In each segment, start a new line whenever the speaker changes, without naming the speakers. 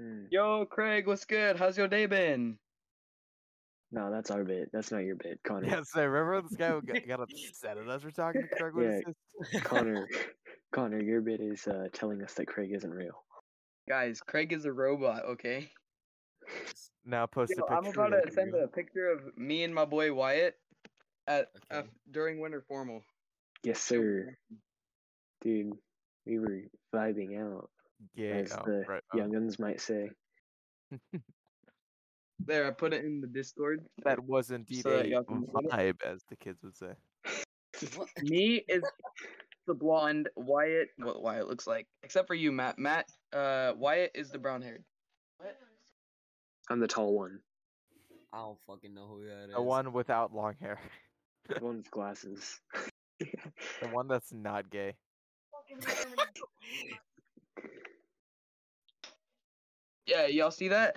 Mm.
Yo, Craig, what's good? How's your day been?
No, that's our bit. That's not your bit, Connor.
Yeah, so remember this guy who got, got upset at us for talking to Craig with
Yeah.
his
Connor, Connor, your bit is uh, telling us that Craig isn't real.
Guys, Craig is a robot, okay?
sis. Now post
Yo,
a
I'm
picture.
about
of
to send
you.
a picture of me and my boy Wyatt at,
Okay.
at- during winter formal.
Yes, sir. Dude, we were vibing out,
Yeah,
as
oh,
the
right, oh.
young uns might say.
There, I put it in the Discord.
That was indeed
So that
a
y'all can see it.
vibe, as the kids would say.
What?
me is the blonde. Wyatt, what Wyatt looks like, except for you, Matt. Matt, uh, Wyatt is the brown haired. What?
I'm the tall one,
I don't fucking know who that is.
The one without long hair.
the one with glasses.
The one that's not gay.
Yeah, y'all see that?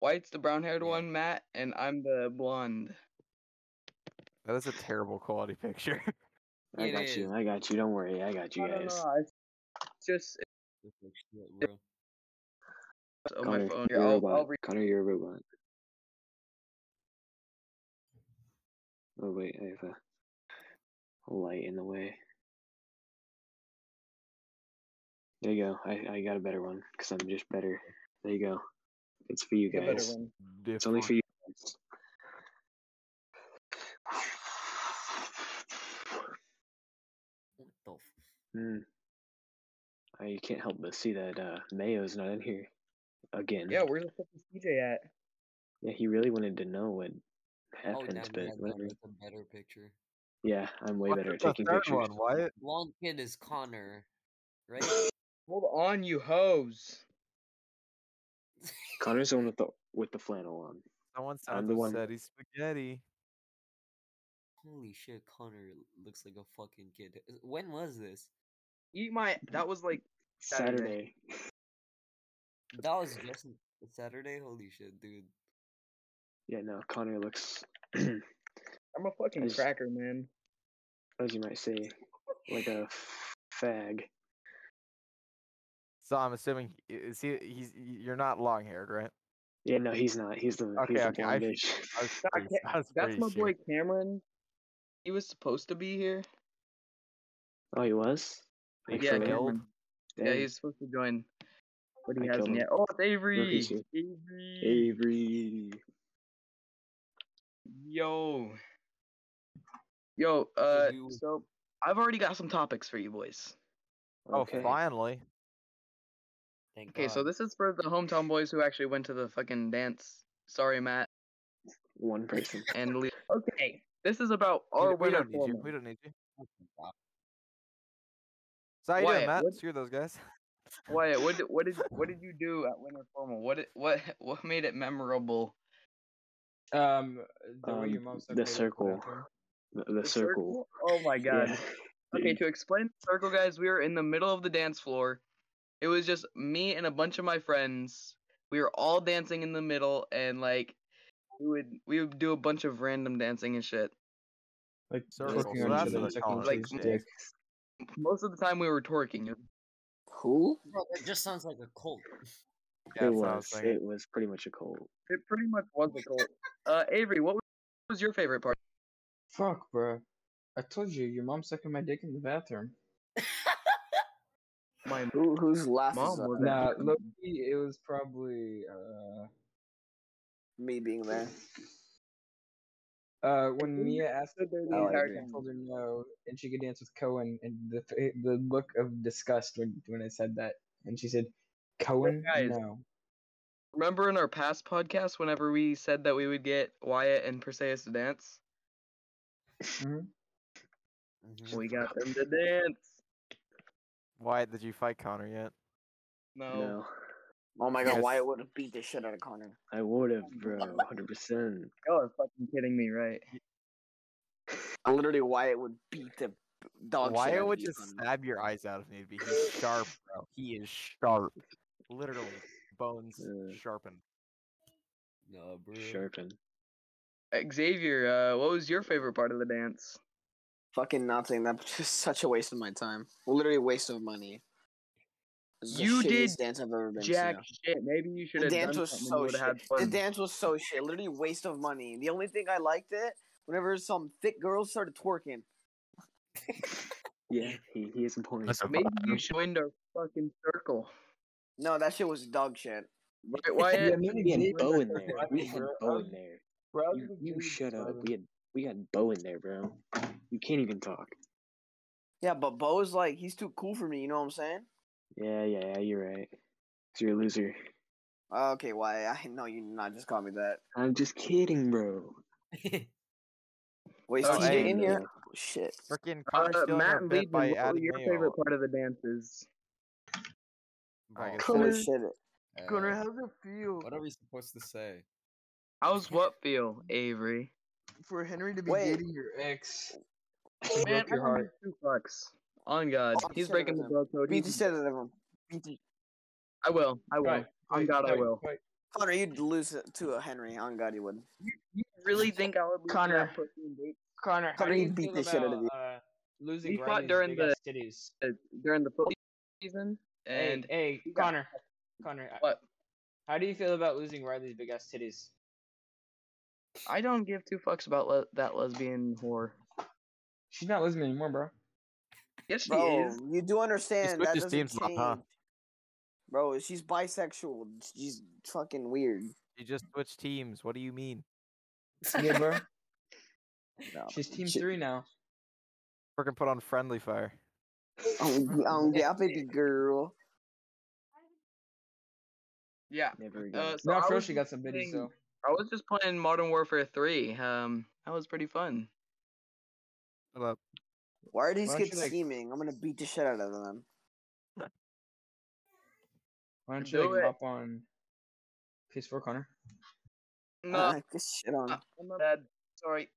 Wyatt's the brown haired
Yeah.
one, Matt, and I'm the blonde.
That is a terrible quality picture.
I
It
got
is.
you. I got you. Don't worry. I got you
I don't
guys.
know, it's just
This looks shit, bro.
it's on
Connor,
my phone.
you're
Here,
a
I'll,
robot.
I'll read.
Connor, you're a robot. Oh wait, I have a, a light in the way. There you go. I, I got a better one because I'm just better. There you go. It's for you
a better
guys.
one.
It's only for you. guys.
What the f-
Hmm. I can't help but see that uh, Mayo's not in here again.
Yeah, where's the fuck is CJ at?
Yeah, he really wanted to know what
Oh,
happened,
now we
but
have
whatever.
a better picture.
Yeah, I'm way
Look
better at
the
taking
third
pictures.
One, Wyatt.
Blonde kid is Connor, right?
Hold on, you hoes.
Connor's the one with the with the flannel on.
Someone
I'm
sounds
the one-
upset. He's spaghetti.
Holy shit, Connor looks like a fucking kid. When was this?
Eat my. That was like
Saturday.
Saturday.
That was just Saturday. Holy shit, dude.
Yeah, no, Connor looks, as
I'm a fucking
Nice.
cracker, man.
you might say, like a fag.
So I'm assuming he- is he? He's you're not long haired, right?
Yeah, no, he's not. He's the
Okay,
he's the
okay, I
blonde bitch.
I was
I
pretty-
can't-
I was
That's
pretty
my
sure.
boy Cameron. He was supposed to be here.
Oh, he was. Like,
yeah,
for real?
Cameron.
Cameron. Yeah,
Dang,
he's supposed to join, but he
I
hasn't
killed
yet.
him.
Oh, it's Avery.
you.
Avery.
Avery.
Yo. Yo. Uh.
you-
So I've already got some topics for you boys.
Oh,
Okay.
finally.
Thank
Okay, so
God.
this is for the hometown boys who actually went to the fucking dance. Sorry, Matt
One person.
and Lee. Okay, this is about our
we, we
winter
don't need you.
formal.
We don't need you.
Oh my God.
So how you doing,
Wyatt,
Matt?
what-
Screw those guys.
Wyatt, what did, what did what did you do at winter formal? What did- what what made it memorable?
Um, the way your
Um,
mom
the
stuck me to
circle.
bathroom.
The, the circle.
Oh my god.
Yeah.
Okay, to explain the circle, guys, we were in the middle of the dance floor. It was just me and a bunch of my friends. We were all dancing in the middle, and like we would we would do a bunch of random dancing and shit.
Like
Circle.
looking
So
at
that's
each other,
what they
sucking
call
each
it.
other's
Like,
dick.
Most of the time, we were twerking.
Who?
Bro, that just sounds like a cult.
it
Yeah, that's what I was
was.
thinking.
It was pretty much a cult.
It pretty much was a cult. Uh, Avery, what was- what was your favorite part?
Fuck, bro. I told you, your mom sucking my dick in the bathroom.
My
Who, who's laughing?
mom was
Nah, look, it was probably uh,
me being there.
uh, when Mia asked her
the
Oh, I
entire
agree.
I
time.
told her no, and she could dance with Cohen, and the fa- the look of disgust when when I said that, and she said, "Cohen,
guys.
no."
Remember in our past podcast, whenever we said that we would get Wyatt and Perseus to dance,
Mm-hmm.
Mhm.
hmm,
we got them to dance.
Wyatt, did you fight Connor yet?
No,
Oh my god,
Yes.
Wyatt would have beat the shit out of Connor.
I would have, bro. 100. percent
Y'all are fucking kidding me, right?
Literally, Wyatt would beat the
Oh,
dog shit out
Wyatt
of
would
you,
just
Connor.
stab your eyes out if need be. He's sharp, bro. He is sharp. Literally, bones
Uh,
sharpened.
Nah, bro.
Sharpen.
Xavier, uh, what was your favorite part of the dance?
Fucking nothing. That's just such a waste of my time. Literally, waste of money. This is
You
the shittiest
did
dance I've ever been to.
Jack shit. Maybe you should have
dance
done
was
something.
so
would have had
shit. The
fun.
dance was so shit. Literally waste of money. The only thing I liked it whenever some thick girls started twerking.
Yeah, he, he has a point.
That's a
Maybe
vibe.
you should join our fucking circle.
No, that shit was dog shit.
Right, Wyatt?
maybe
We had
Jake
Bo
was
in there.
right,
We had
bro.
Bo in there.
Bro,
You, you shut up. We had we had Bo in there, bro. You can't even talk.
Yeah, but Bo's like he's too cool for me. You know what I'm saying?
Yeah, yeah, yeah. You're right. 'Cause you're a loser.
Uh, Okay, why? I know you did not just call me that.
I'm just kidding, bro.
Wait,
Oh,
TJ
hey,
in
bro.
here? Shit.
Freaking
Uh,
Connor stealing
Matt
our
and
bit
Legion,
by
what were
adding
your
mayo.
favorite part of the dances?
I
Oh,
guess
Connor-
Holy
that's-
shit.
Uh,
it feel?
what are we supposed to say?
How's what feel, Avery?
for Henry to be
Wait.
dating your ex.
Man,
broke your
I don't
heart.
give two fucks. On God,
Oh,
he's
shit,
breaking the
I
bro code.
Beat the
He's-
shit out of him. Beat the-
I will. I will.
Right.
On God, I
Wait,
will.
wait.
Connor, you'd lose it to a Henry. On God, you would.
You, you really think I would lose to
Connor.
that pussy and date
Connor, how
Connor,
do
he
you
beat
feel
the shit out of
about,
you.
uh, losing
We fought
Ryan's
during
big
the-
ass titties?
uh, during the football season? And
hey, hey
got-
Connor, Connor, I-
What?
How do you feel about losing Riley's big ass titties?
I don't give two fucks about le- that lesbian whore.
She's not listening anymore, bro.
Yes, she
Bro,
is.
you do understand
switched
that
his
doesn't
teams a lot,
change.
huh?
Bro, she's bisexual. She's fucking weird.
You just switched teams. What do you mean?
Yeah, bro.
No.
She's team
Oh, Shit.
three now.
Freaking put on friendly fire.
Um, um, yeah, baby girl.
Yeah.
Never again.
Uh, so
No,
I
for real,
was
she
just
got some bitties,
playing-
so.
I was just playing Modern Warfare 3. Um, that was pretty fun.
Shut up.
Why are these
Why don't
kids
you, like-
scheming? I'm gonna beat the shit out of them.
Why don't
Do
you like
it.
hop on PS4, Connor?
No,
Uh, get shit on.
uh, my bad. Sorry.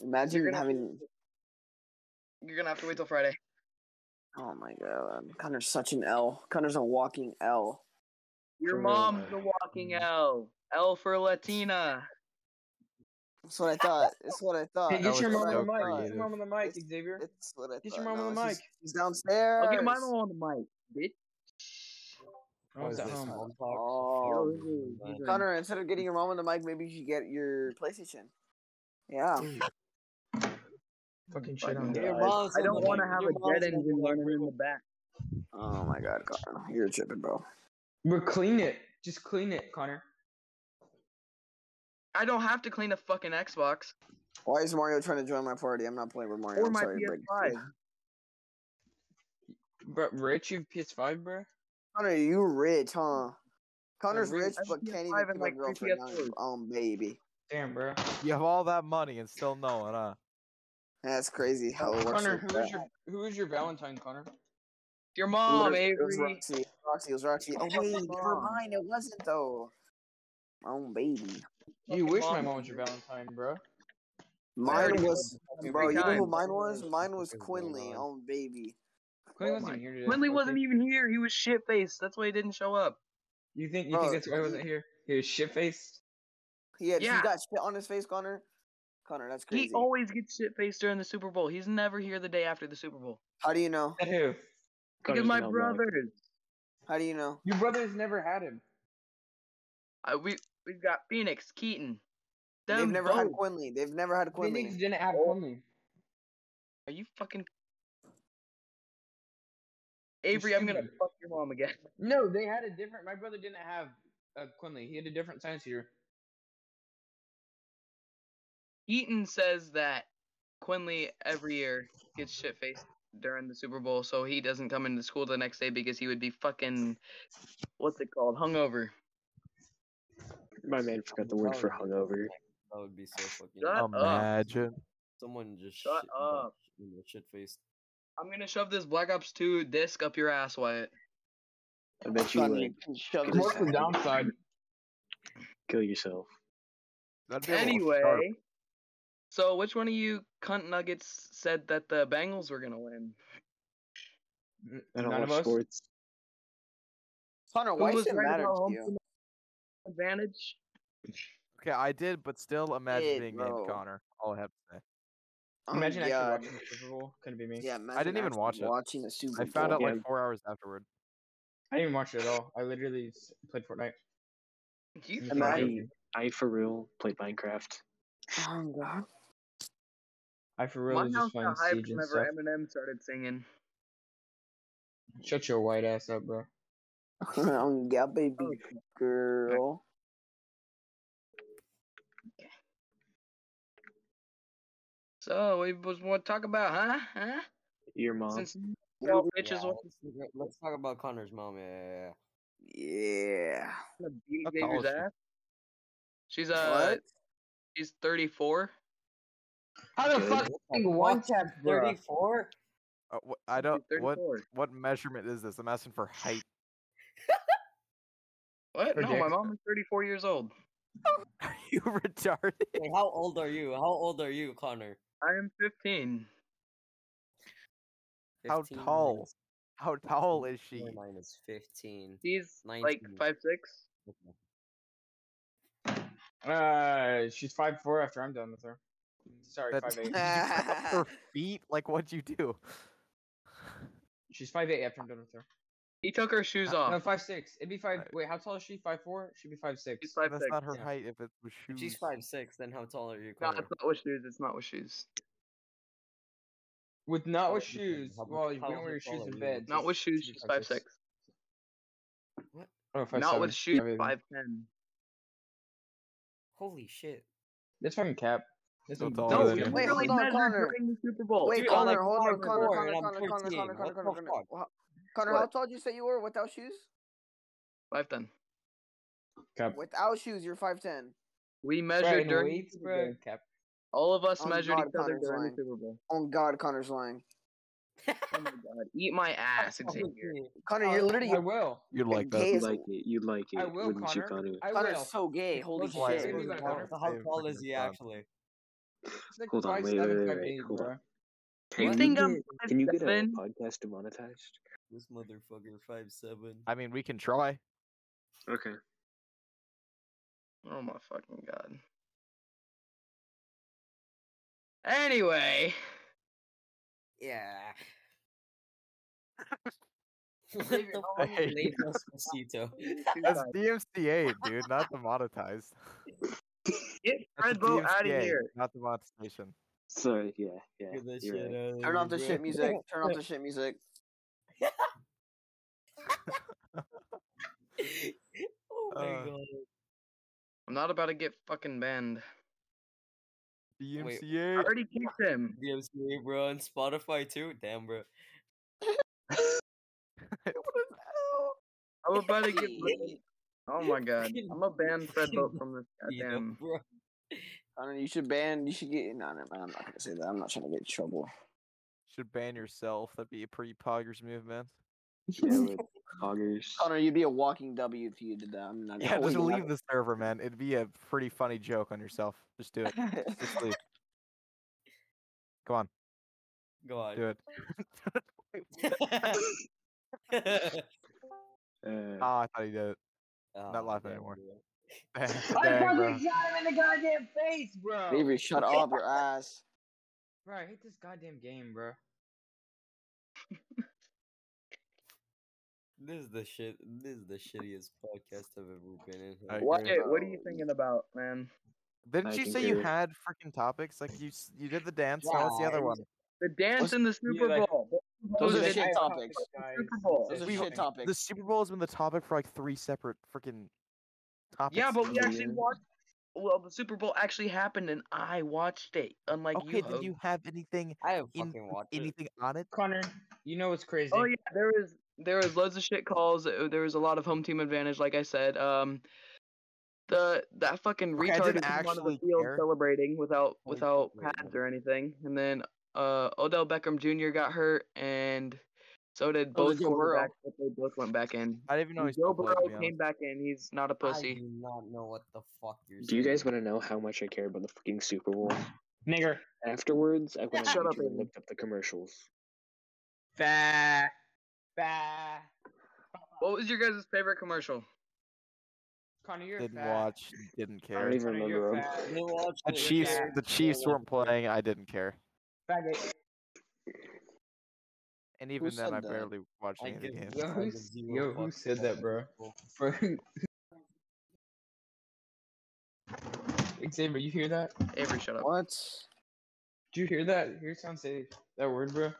Imagine
gonna-
having.
You're gonna have to wait till Friday.
Oh my god, Connor's such an L. Connor's a walking L.
Your
True.
mom's a walking L. L for Latina.
That's what I thought. That's what I thought.
Hey, get
that
your
was
mom on the
so
mic. Get
creative.
your mom on the mic, Xavier.
That's what I thought.
Get your mom
No,
on the
it's
mic.
just- He's downstairs.
I'll get mine on the mic, bitch.
My mom's
What
at
is this,
home.
mom talk?
Oh,
Fine.
Connor, instead of getting your mom on the mic, maybe you should get your PlayStation. Yeah.
Fucking shit on
Fucking
her.
Your mom's
I
on
don't
the
want to
mic.
have
Your mom's
a jet
on the
engine
mic.
running in the back.
Oh my god, Connor, you're tripping, bro.
Bro, clean it. Just clean it, Connor.
I don't have to clean a fucking Xbox
Why is Mario trying to join my party? I'm not playing with Mario.
or
I'm
my
sorry, but-
PS5.
Bro, Rich, you have PS5, bro?
Connor, you rich, huh? Connor's
rich.
rich,
I have
but
a
can't
PS5
even
and,
come like
like, three
girlfriend on
PS4s.
your own baby.
Damn, bro.
You have all that money and still no one, huh?
That's crazy how it works.
Connor,
like
who
that.
was your who was your Valentine, Connor?
Your mom,
Literally, It was
Avery.
Roxy. Roxy it was Roxy. Oh
Your
wait, never
mom.
mind. It wasn't though. My own baby.
You
Fucking
wish my
mom.
mom was your Valentine, bro.
Mine
already
was,
every
bro. You know who
time.
mine was? Mine was
Fucking going
Quinley,
on.
own baby.
Quinley
Oh
wasn't
my-
here today.
Quinley
Okay.
wasn't even here. He was shit faced. That's why he didn't show up.
You think you
Bro,
think that's why I wasn't here? He was shit faced.
He had,
Yeah.
he got shit on his face, Connor. Connor, that's crazy.
He always gets shit faced during the Super Bowl. He's never here the day after the Super Bowl.
How do you know?
At who?
Because
Connor's
my
been all wrong.
brothers.
How do you know?
Your brother's never had him.
I, Uh, we we've got Phoenix, Keaton. Them
They've never had
both.
Quinley. They've never had
Phoenix
Quinley.
didn't have Quinley.
Are you fucking Avery? I'm gonna
stupid.
fuck your mom again.
No, they had a different. My brother didn't have uh, Quinley. He had a different science teacher.
Keaton says that Quinley every year gets shit faced during the Super Bowl, so he doesn't come into school the next day because he would be fucking what's it called hungover.
My man forgot the word for hungover.
That would be so fucking.
Shut up.
Imagine.
Someone just
Shut
shit,
up.
Shit faced.
I'm gonna shove this Black Ops 2 disc up your ass, Wyatt.
I bet you
Connor,
like
can shove
Cause
this
it's-
What's the downside?
kill yourself.
That'd be a little sharp.
Anyway, so which one of you cunt nuggets said that the Bengals were gonna win?
I don't
None of
watch
us.
sports.
Connor,
Who
why
was
should it
right
matter
about
to
home
you?
field advantage?
Okay, I did, but still imagine
Shit,
being
bro.
named Connor. All I have to say.
Oh,
Imagine
God.
actually watching the Super Bowl. Couldn't be me.
Yeah,
I didn't
imagine
even watch
actually
it.
Watching the Super
I found out
Bowl.
Yeah.
like four hours afterward.
I didn't even watch it at all. I literally s- played Fortnite.
You
Just
And
not
I-
joking.
I for real played Minecraft.
Oh God.
I for real
my
was
house
just
got
playing
hyped
Siege and
whenever
stuff.
Eminem started singing.
Shut your white ass up, bro.
oh yeah, baby
Oh,
girl.
So we was want to talk about, huh? Huh?
Your mom.
Since you
Yeah,
all bitches
Yeah,
want
let's, let's talk about Connor's mom. Yeah, yeah, yeah.
Yeah.
to beat
How tall
Xavier's
is she?
ass. She's uh,
what?
she's 34.
How the
Good.
fuck
What the
one
fuck?
tap, bro?
Thirty-four.
Uh, what, I don't.
She's
What
34.
what measurement is this? I'm asking for height.
What? No, my
Project-
mom is 34 years old.
Are you retarded?
Wait, how old are you? How old are you, Connor?
I am 15.
How
15
tall
minus
How tall is she?
4 minus fifteen.
She's like
19.
five six.
Okay.
Uh, she's five four after I'm done with her. Sorry,
That's-
five eight.
Her feet? Like what'd you do?
She's five eight after I'm done with her.
He took her shoes
Uh,
off.
No, five six. It'd be five.
Alright.
Wait, how tall is she? Five four. She'd be five
She's
six.
five
That's
six.
not her
yeah.
height if it was
If
shoes.
she's five six, then how tall are you,
No,
Connor?
it's not with shoes. It's not with shoes.
With not with
Okay,
shoes.
how-
Well, you
how-
don't
how
wear your shoes
tall are
in
you?
bed.
Not
just-
with shoes.
she'd be
She's five six.
Oh, five,
Not
seven.
with shoes.
Five, eight.
Five ten.
Holy shit!
That's fucking cap. That's
Still
what-
taller
No,
than
we
you.
yeah.
Wait,
literally
hold on,
measured
Connor.
during the Super Bowl.
Wait,
Dude, I'm
Connor,
like
hold on,
five
Connor,
four,
Connor,
and I'm
Connor, Connor,
13.
Connor, Connor,
What the
Connor, Connor.
fuck?
Wha- Connor, how
What?
tall did you say you were without shoes?
Five ten.
cap.
Without shoes, you're five ten.
We
Right,
measured
and
during
weights, bro. Cap.
all of us
Oh,
measured
God,
each other
Connor's
during
lying.
the Super Bowl.
Oh God, Connor's lying.
Oh my god. Eat my ass, Xavier.
Connor,
Oh,
you're literally
I will.
You'd like
gay
that.
You'd
as-
like it. You'd like it.
I will,
Wouldn't
Connor.
you, Connor?
I will.
Connor's so gay. Holy
Why
shit.
is it
Why is
gonna
it
be
hard
like
to
So how
say
tall
fucking
is he
son?
actually?
It's like
Hold on,
five,
wait,
seven,
wait, wait,
five,
wait,
eight,
hold
bro.
on.
You
Can you,
think
get,
I'm five
can you get a
seven?
podcast demonetized?
This motherfucker five seven.
I mean, we can try.
Okay.
Oh my fucking god. Anyway,
Yeah. what the
I
fuck
hate
made us mosquito?
That's DMCA, dude, not demonetized.
get
That's
Fred Boat out of
DMCA,
here.
Not demonetization.
Sorry, yeah, yeah.
Figure this
you're
shit
right.
out
Turn off
later,
the
bro.
shit music. Turn off the shit music.
oh my
Uh,
god.
I'm not about to get fucking banned.
Wait,
I
DMCA.
already kicked him.
DMCA, bro, on Spotify too. Damn, bro.
I'm about to get.
Hey,
Oh my god.
Freaking-
I'm gonna ban Fred
freaking
Boat from this
Yeah,
goddamn.
bro.
Connor, you should ban. You should get. No, no, no, I'm not gonna say that. I'm not trying to get in trouble.
Should ban yourself. That'd be a pretty poggers move, man.
Yeah, with hoggers.
Connor, you'd be a walking W if you did that. I'm not.
Yeah, just
Oh,
leave the server, man. It'd be a pretty funny joke on yourself. Just do it. Just leave. Come on,
Go on.
do it.
Uh,
oh, I thought he did it.
Ah,
laughing
damn,
anymore.
bro.
Dang, bro.
shot him in the goddamn face, bro.
Xavier, shut up your ass.
Bro, I hate this goddamn game, bro.
This is the shit. This is the shittiest podcast I've ever been in.
I
What?
agree.
Shit, what are you thinking about, man?
Didn't
I
you
can
say you
do it.
had freaking topics? Like you, s- you did the dance. and what's the
Yeah,
other
it
one?
was-
The dance
Those-
in the Super
like-
Bowl.
Those
Those
are
did-
shit
I have
topics.
guys.
Super Bowl.
Those are
We-
shit
The
topics.
Super Bowl has been the topic for like three separate freaking topics.
Yeah, but we
Yeah.
actually watched. Well, the Super Bowl actually happened, and I watched it. Unlike
okay,
you,
did
Hope.
you have anything
I have
in
fucking watched it.
anything on it?
Connor, you know what's crazy?
Oh yeah, there was there was loads of shit calls. uh, There was a lot of home team advantage, like I said. Um, the that fucking
Okay, I
retard
didn't
who came onto the
actually
field
care.
celebrating without
Holy
without
shit, wait,
pads
what?
or anything, and then uh Odell Beckham Jr. got hurt, and so did
Oh,
both
there's Joe Burrow.
quarterbacks, but they both went back in.
I didn't even know
And
he
Joe
still played. To be
Burrow
honest.
came back in. He's not a
I
pussy.
do not know what the fuck you're
do you
saying.
guys want to know how much I care about the fucking Super Bowl?
Nigger.
Afterwards, I went on
Shut up,
YouTube and
Aiden.
looked up the commercials.
Bah. Bah.
What was your guys' favorite commercial?
Connor, you're
Didn't
fat.
watch. Didn't
I don't
care.
even
Connor, you're
remember 'em.
fat.
You watch
The
it,
Chiefs.
bad.
The Chiefs weren't playing. I didn't care.
Faggot.
And even then,
said
I
that?
barely watched
I
any of the
give-
games.
Yo,
I
who,
give
s-
zero
yo, who
fucks
said
about
that, bro?
people.
Bro. Xavier, you hear that?
Avery, shut up.
What?
Did you hear that? Hear someone say that word, bro?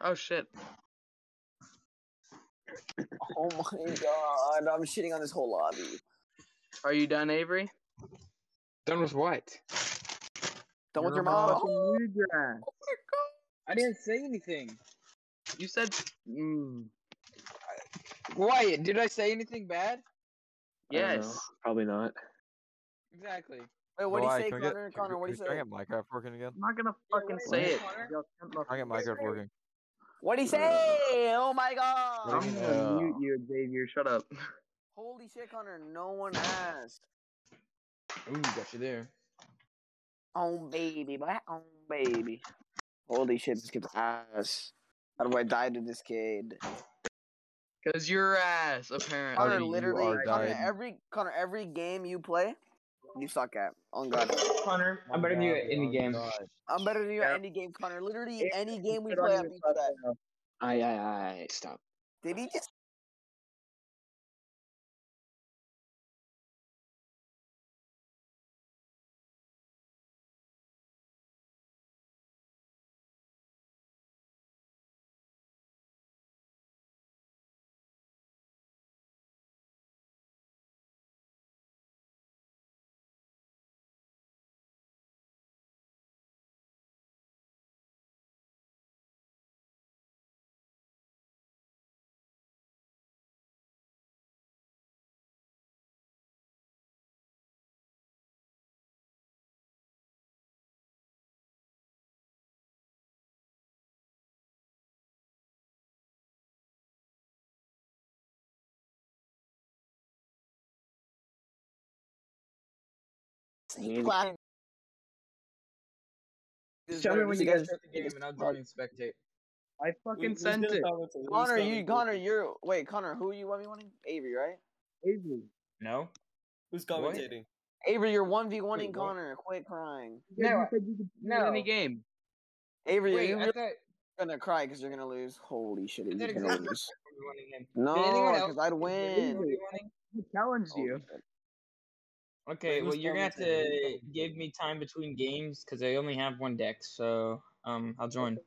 Oh shit.
Oh my god! I'm shitting on this whole lobby.
Are you done, Avery?
Done with what?
Done with
You're
your mom. Oh
I didn't say anything.
You said. Mm,
Wyatt, did I say anything bad?
I don't know.
yes.
Probably not.
Exactly.
Wait, what do you
Why?
say,
Can we get-
Connor?
can
Connor,
we-
what do you
can I
say?
get Minecraft working again?
I'm not gonna
Yeah,
fucking
what-
say it.
Connor?
Y'all can't look-
Can I get Minecraft working?
What do you say? Oh my god!
I'm
Bring it
gonna mute
down.
you, Xavier. Shut up.
Holy shit, Connor! No one asked.
Ooh, got you there.
Oh baby, my own baby. Holy shit, this kid's ass. How do I die to this kid?
Cause your ass,
Uh,
apparently.
Connor,
you
literally,
are
Connor,
dying.
every Connor, every game you play, you suck at. Oh god,
Connor, I'm better than you at
oh
any game.
I'm better than you at
Yeah.
any game, Connor. Literally,
Yeah,
any game we
Put on
play, I
your
beat you at.
platform.
I, I, I, stop.
Did he just?
He-
Clown.
Show me when you guys
Because-
start the game, and I'll join and spectate.
I
We-
fucking
we
sent
still
it.
thought it's a- we
Connor,
still
you
think-
Connor, you're wait, Connor, who are you? What are you wanting? Avery, right?
Avery.
No.
Who's
What?
commentating?
Avery, you're one v one in
Wait, what?
Connor. Quit crying.
You
No,
said you could beat me in
no.
Any game.
Avery, are
Wait,
you
I
really
thought.
gonna cry because you're gonna lose? Holy shit,
I
you're
thought
gonna
exactly
lose.
we won the game.
No,
anyone else
because I'd
Did
win.
we win the game?
Who challenged
Holy
you?
shit.
Okay,
Wait,
well
who's
you're gonna have to
commentating?
give me time between games because I only have one deck, so um I'll join.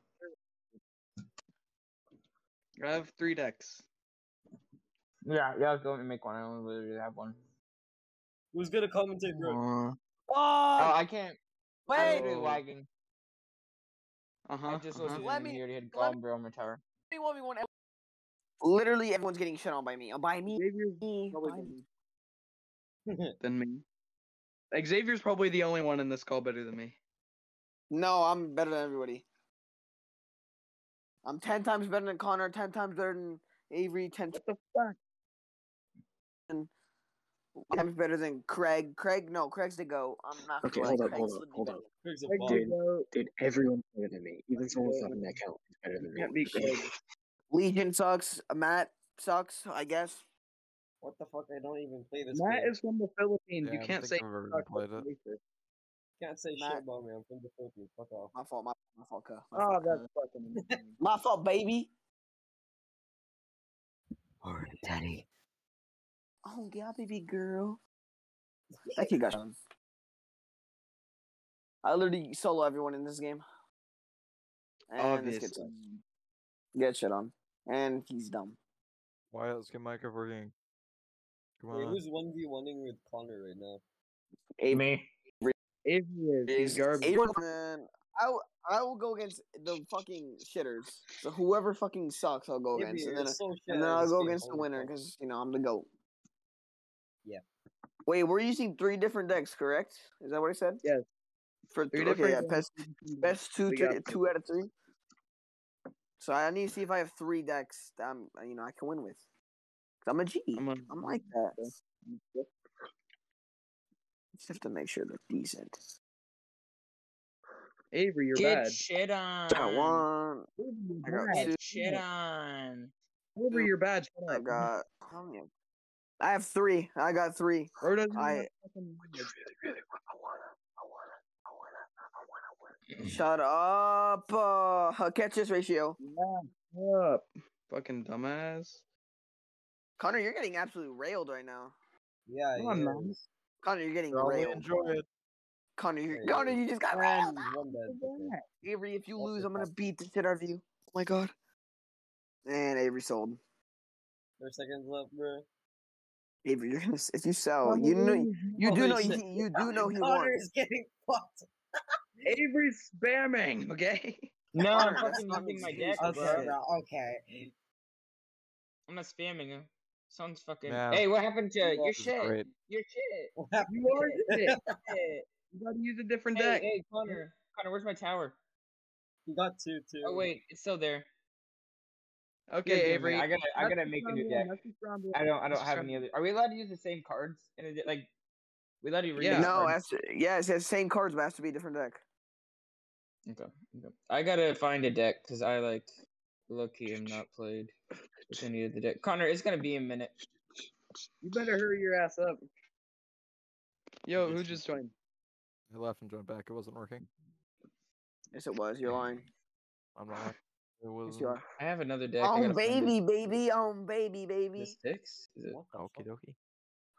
I have three decks.
Yeah, yeah, go and make one. I only literally have one.
Who's gonna commentate, bro?
Oh,
Fuck!
I can't. I'm
Uh, Wait, Uh-huh,
literally lagging.
Uh huh.
I just listened
Let
and
me-
he already had
let me-
Golden Bro on my tower.
Three, one, we won. Literally, everyone's getting shit on by me. Uh, By me. Me,
probably
by me.
better than me. Xavier's probably the only one in this call better than me.
No, I'm better than everybody. I'm ten times better than Connor. Ten times better than Avery. Ten
What the fuck?
times better than Craig. Craig, no, Craig's the go. I'm not. gonna
Okay,
lie,
hold up,
Craig's
hold up,
literally
hold
better
up.
Craig's a
Craig
bot.
Dude,
Dugo
dude, everyone's better than me. Even someone's not in that count is better than me.
can't beat Craig.
Legion sucks. Matt sucks, I guess.
What the fuck? I don't even play this
Matt
game.
is from the Philippines.
Yeah, I
you
don't
can't say.
think I've ever even played it.
Can't say shit
Matt-
about me. I'm from the Philippines. Fuck off.
My fault. My, my fault. Cuh. My,
Oh,
fault,
that's
cuh.
fucking. amazing.
my fault, baby.
Alright, daddy.
Oh yeah, baby girl. That kid got shot. I literally solo everyone in this game. And this kid
Obviously.
sucks. Get shit on. And he's dumb.
Why else can Minecraft working? Come
Wait,
on.
who's one v oneing with Connor right now?
Avery
Me.
Avery is he's garbage.
Avery- man, I, w- I will go against the fucking shitters. So whoever fucking sucks, I'll go against.
Gabriel,
And then,
you're so shit
and then
at
I'll
this
go
game.
against the
Holy
winner
fuck.
because, you know, I'm the GOAT.
Yeah.
Wait, we're using three different decks, correct? Is that what I said?
Yes.
For
Three
three okay, yeah,
different
best, best two,
We
three-
got
two out of three. So I need to see if I have three decks that I'm, you know, I can win with. i I'm a G.
I'm
I'm,
a-
like that. Just have to make sure they're decent.
Avery, you're
Get
bad.
shit on.
I got one. I got
Get
two.
shit on.
Avery, you're bad. Shut
I
up.
got. How many? I have three. I got three.
Or does he
I-
have fucking-
Really, really, I wanna, I wanna, I wanna, I wanna win.
Shut up. Uh, catch this ratio.
Up. Fucking dumbass.
Connor, you're getting absolutely railed right now.
Yeah,
Come on,
yeah.
man.
Connor, you're getting
Probably
railed.
enjoy it.
Connor, you
Yeah,
Connor, you just got
Man,
railed.
one bad pick, yeah.
Avery, if you
That's
lose,
it,
I'm gonna
that's it.
beat the shit out of you. Oh my god. And Avery sold.
Four seconds left, bro.
Avery, you're gonna s- if you sell, you know, you do know, he,
shit.
you do know he
Connor
won.
is getting fucked.
Avery's spamming, okay?
No, I'm
Connor, that's
fucking
not an
using my
excuse,
deck,
Okay,
bro.
bro. Okay.
I'm not spamming him. Sounds fucking.
No.
Hey, what happened to your
is
shit?
great.
Your shit.
What happened?
You are shit.
Hey,
You gotta use a different
hey,
deck.
hey, Connor. Connor, where's my tower?
He got two, too.
Oh wait, it's still there.
okay,
Give me a
Avery.
minute, I gotta, I
That's
gotta
just
make a
round
new
one,
deck.
that's just round one.
I don't,
That's
I don't
just
have
round-
any other. Are we allowed to use the same cards? In a, de- like, we allowed to reuse
Yeah.
No,
cards?
after, yeah, it's the same cards, but it has to be a different deck.
Okay, okay. I gotta find a deck because I like low key am not played with any of the deck. Connor, it's gonna be a minute.
You better hurry your ass up. Yo, who just joined?
I left and joined back. It wasn't working.
Yes, it was. You're lying.
I'm not. lying. It was.
Yes, you are.
I have another deck. I
Oh
gotta find
baby,
it.
baby, oh baby,
Is
baby.
it six? Is it?
What the
Okie
fuck?
dokie.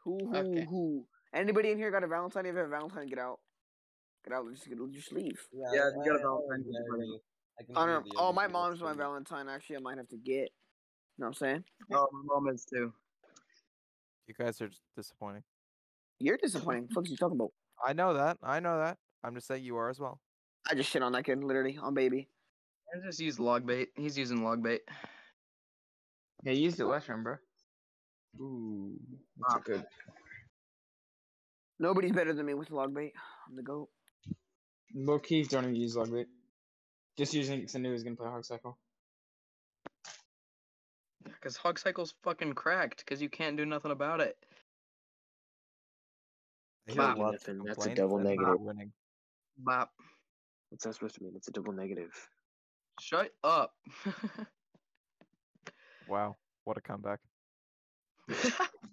Who, who,
Okay.
who? Anybody in here got a Valentine? If you have a Valentine, get out. Get out. Just, just leave.
Yeah,
Yeah, you got a
uh,
I- I
Valentine,
agree, I
everybody.
agree. I can
Connor,
completely
oh,
agree,
my
that's
mom's my
pretty-
Valentine. Actually, I might have to get. You know what I'm saying?
Oh, my mom is too.
You guys are just disappointing.
You're disappointing. What the fuck are you talking about?
I know that. I know that. I'm just saying you are as well.
I just shit on that kid, literally, on baby.
I just use log bait. He's using log bait.
Yeah, you used it last round, bro. Ooh, that's
Ah.
a good.
Nobody's better than me with log bait. I'm the goat.
Low key, don't even use Lugbait. Just using it because I knew he was gonna play Hog Cycle.
Because Hog Cycle's fucking cracked because you can't do nothing about it.
I hear
Can't
do
lots of
nothing. That's a
complaints
double
and not
negative.
Winning.
Bop.
What's that supposed to mean? It's a double negative.
Shut up.
Wow, what a comeback!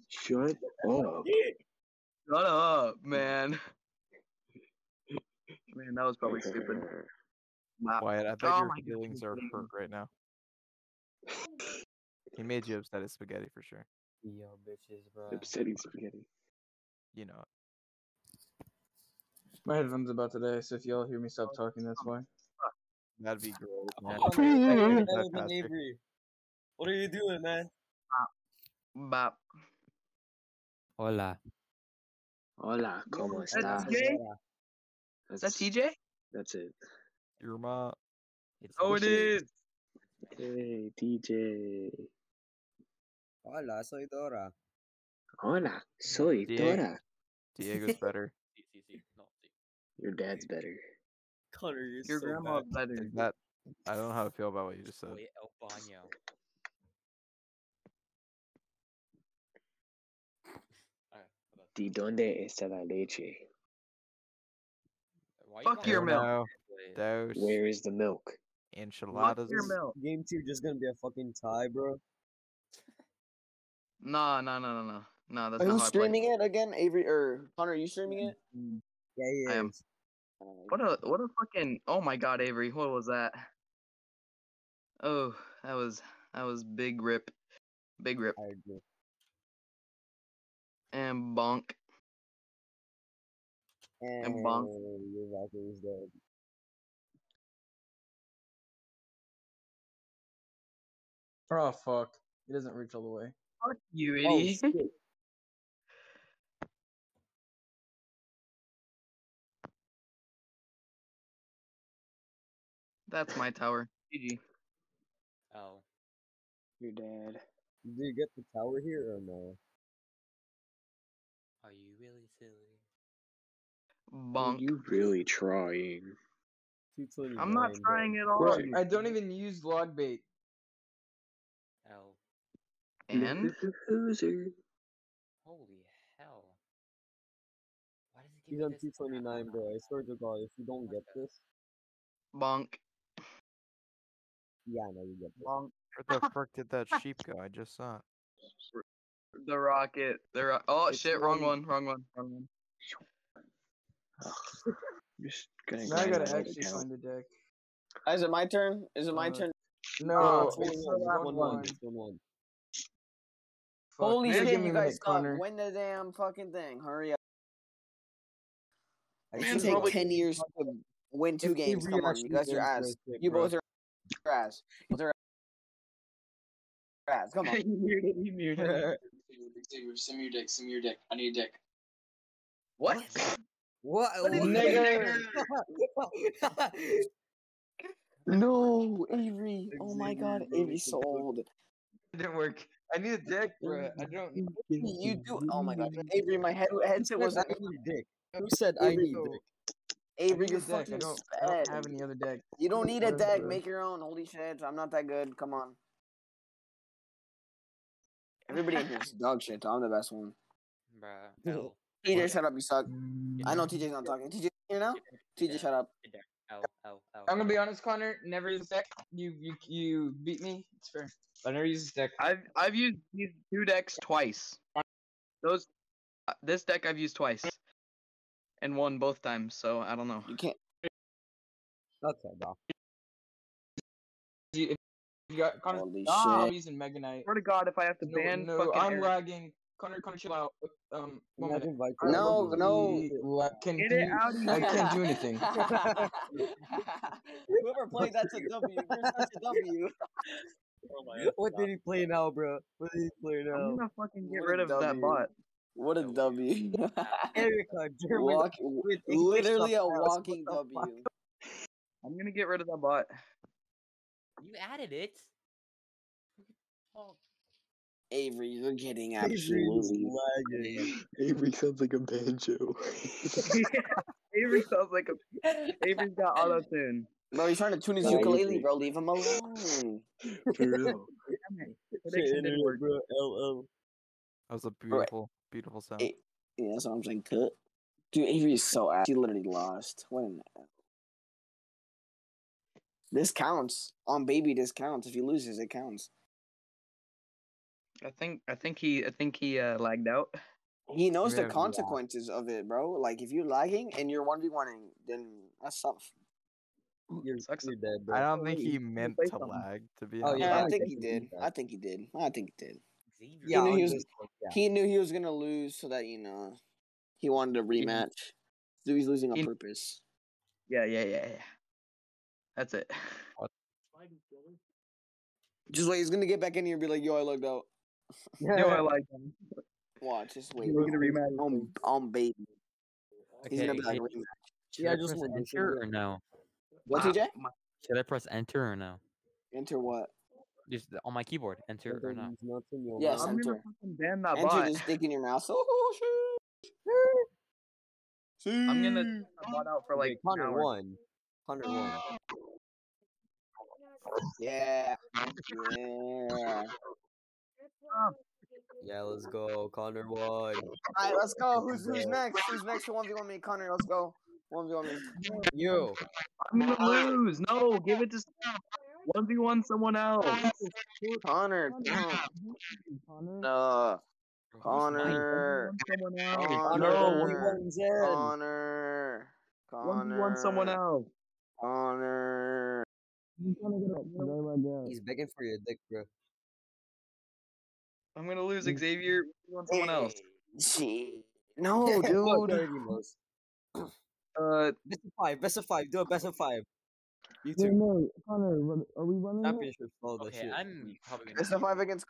Shut
Shut up.
up, man. Man, that was probably stupid. Bop.
Wyatt, I bet
Oh
your
my God,
feelings
you're
are
kidding me.
hurt right now. He made you upset at spaghetti for sure.
Yo, bitches, bro.
Upsetting spaghetti.
You know it.
My headphones about today, so if y'all hear me stop talking, that's why.
That'd be great. man.
Connor,
That'd be
you're
great.
better than
Fantastic.
Avery. What are you doing, man?
Bop.
Hola.
Hola, ¿cómo estás?
that TJ? Is that
That's,
TJ?
that's it.
Your ma.
Oh, it is.
Hey, DJ.
Hola, soy Dora.
Hola, soy
Diego.
Dora.
Diego's better.
Your dad's better.
Connor, you're
Your
so
grandma's
bad.
better.
Is that? I don't know how I feel about what you just said.
¿De dónde está la leche?
Fuck your
Oh,
milk.
no. Those
Where is the milk?
Fuck
enchiladas.
your milk.
Game two just gonna be a fucking tie, bro.
Nah, nah, nah, nah, nah. Nah, that's
Are you
not how I play.
streaming it again, Avery? Or Er, Connor, are you streaming it?
Yeah, yeah.
I am. What a what a fucking oh my god, Avery, what was that? Oh, that was that was big rip. Big rip.
I agree.
And bonk.
And
bonk.
your rocket is dead.
Oh fuck! It doesn't reach all the way.
Fuck you,
Oh,
idiot.
shit.
That's my tower. GG.
Oh,
Your dad.
Do you get the tower here or no?
are you really silly?
Are
Bonk.
you really trying?
I'm not
229, bro.
trying at all.
Bro,
you
I don't even use Logbait.
Oh,
And
Loser.
holy hell! Why does it give
He's
me
on
this crap
229, bro. I
on
swear to God, if you don't
What
get
the-
this,
bonk.
yeah, no, you get this.
Bonk.
Where the frick did that sheep go? I just saw it.
The rocket. The ro- oh
It's
shit, wrong
one-
one, wrong one, wrong one.
just gonna.
Now I
grind
gotta
my way
actually
down.
find a deck.
Is it my turn? Is it my
Uh,
turn?
No,
Ah,
it's
it's
one,
one,
Oh, one,
one,
one.
one, one, one.
Fuck,
Holy
man, give
shit,
me
you
a
guys
minute,
stop.
Connor.
When the damn fucking thing. Hurry up. It
I think
should take
about-
10 years to win two
If we
games. Come on,
rehash
you guys
these games
are
real
ass.
quick,
You
bro.
both are your ass. Both are your ass. Come on.
He muted. He muted. Send me your dick. Send me your dick. I need a dick.
What?
What?
What did
you
Nigga.
No, Avery. Oh my
Xavier
god,
Rhodes
Avery
is
so old.
It didn't work. I need a deck, bro. I don't.
You do. Oh my god, Avery. My head headset
I
wasn't.
need a deck.
Who said I
Avery,
need dick?
I
Avery,
need
you're
a deck. I
fucking
don't. I don't have
sped.
any other deck.
You don't need a
Whatever,
deck.
bro.
Make your own. Holy shit, I'm not that good. Come on. Everybody in here is dog shit. though. I'm the best one.
Bruh. L.
TJ, shut up. You suck. I know
Yeah.
TJ's not talking. TJ, you know? TJ,
Yeah.
shut up.
Sit down. L, L, L.
I'm gonna be honest, Connor. Never use deck. You you you beat me. It's fair. I never use this deck.
I've I've used these two decks twice. Those uh, this deck I've used twice. And won both times, so I don't know.
You can't.
That's a dog.
You, if you got Connor.
Holy
Ah,
shit.
I'm using Mega Knight.
Swear to God, if I have to
No,
ban
no,
fucking
I'm
Eric,
lagging. Connor, Connor, chill out. Um, one minute.
Imagine Viking.
I
No,
love
no.
you. I can,
get
can
it
you,
out of here.
I can't do anything.
Whoever played that's a W. Where's that's a W?
What did he play now, bro? What did he play
I'm
now?
gonna fucking get
What a
rid of that
W.
bot.
What a W.
Erica, German.
Walk,
with English
literally a
subtitles. What
walking
the fuck?
W.
I'm gonna get rid of that bot.
You added it. Oh,
Avery, you're getting
Adrian's
absolutely.
lagging.
Avery sounds like a banjo.
Avery sounds like a Avery's got auto tune.
Bro, he's trying to tune his
Nah,
ukulele,
Avery.
bro. Leave him alone.
For real.
Prediction didn't work.
bro. LL.
That was a beautiful, beautiful sound.
It- yeah, that's what I'm saying. Cut. Dude, Avery is so ass. He literally lost. What an ass. This counts. On baby, this counts. If he loses, it counts.
I think I think he I think he uh, lagged out.
He knows the
Really? Yeah.
consequences of it, bro. Like, if you're lagging and you're 1v1ing, then that's tough.
You're,
Sucks.
you're dead, bro.
I don't think
Please,
he meant
play
to
something.
lag. To be
Oh,
honest,
yeah,
Yeah,
I
I think he
definitely
did.
think that.
I think he did. I think he did.
Xavier.
Yeah,
knew
on
he was-
this one, yeah.
He knew he was going to lose so that, you know, he wanted a rematch. So he's losing on
He-
purpose.
Yeah, yeah, yeah, yeah. That's it.
Just wait. He's going to get back in here and be like, yo, I logged out.
No, I like him.
Watch. Just wait.
He's gonna rematch
On,
him.
on baby. He's
Okay,
going to be like,
hey,
rematch.
should
Yeah,
I
just
press
one person,
enter
yeah.
or no?
What,
My-
TJ?
my-
Should I press enter or no?
Enter what?
Just the- on my keyboard, enter or no?
Something's not in your
Yes,
mouth.
I'm gonna
enter.
fucking ban that
Enter
bot.
this dick in your mouth. Oh, shoot.
I'm gonna ban that bot out for
Okay,
like an
Connor
hour.
won. Connor won.
Yeah. Yeah.
Yeah, let's go. Connor won.
All right, let's go. Who's who's next? Who's next for 1v1 me? Connor, let's go. 1v1 me.
You.
I'm gonna lose. No, give it to one v one someone else.
Connor, don't. No. Connor.
Someone else.
Connor.
Connor, we won Zen.
Connor.
One v one someone
Connor.
else.
Connor.
He's begging for your dick, bro.
I'm gonna lose Xavier. One v1 someone else.
Gee. No,
Fuck, he
Oh, dude.
already knows.
Uh,
Best of five. Best of five. Do a best of five. You two. No, Connor, are we running? Championship. All that
Okay,
shit.
I'm probably gonna.
It's a five against.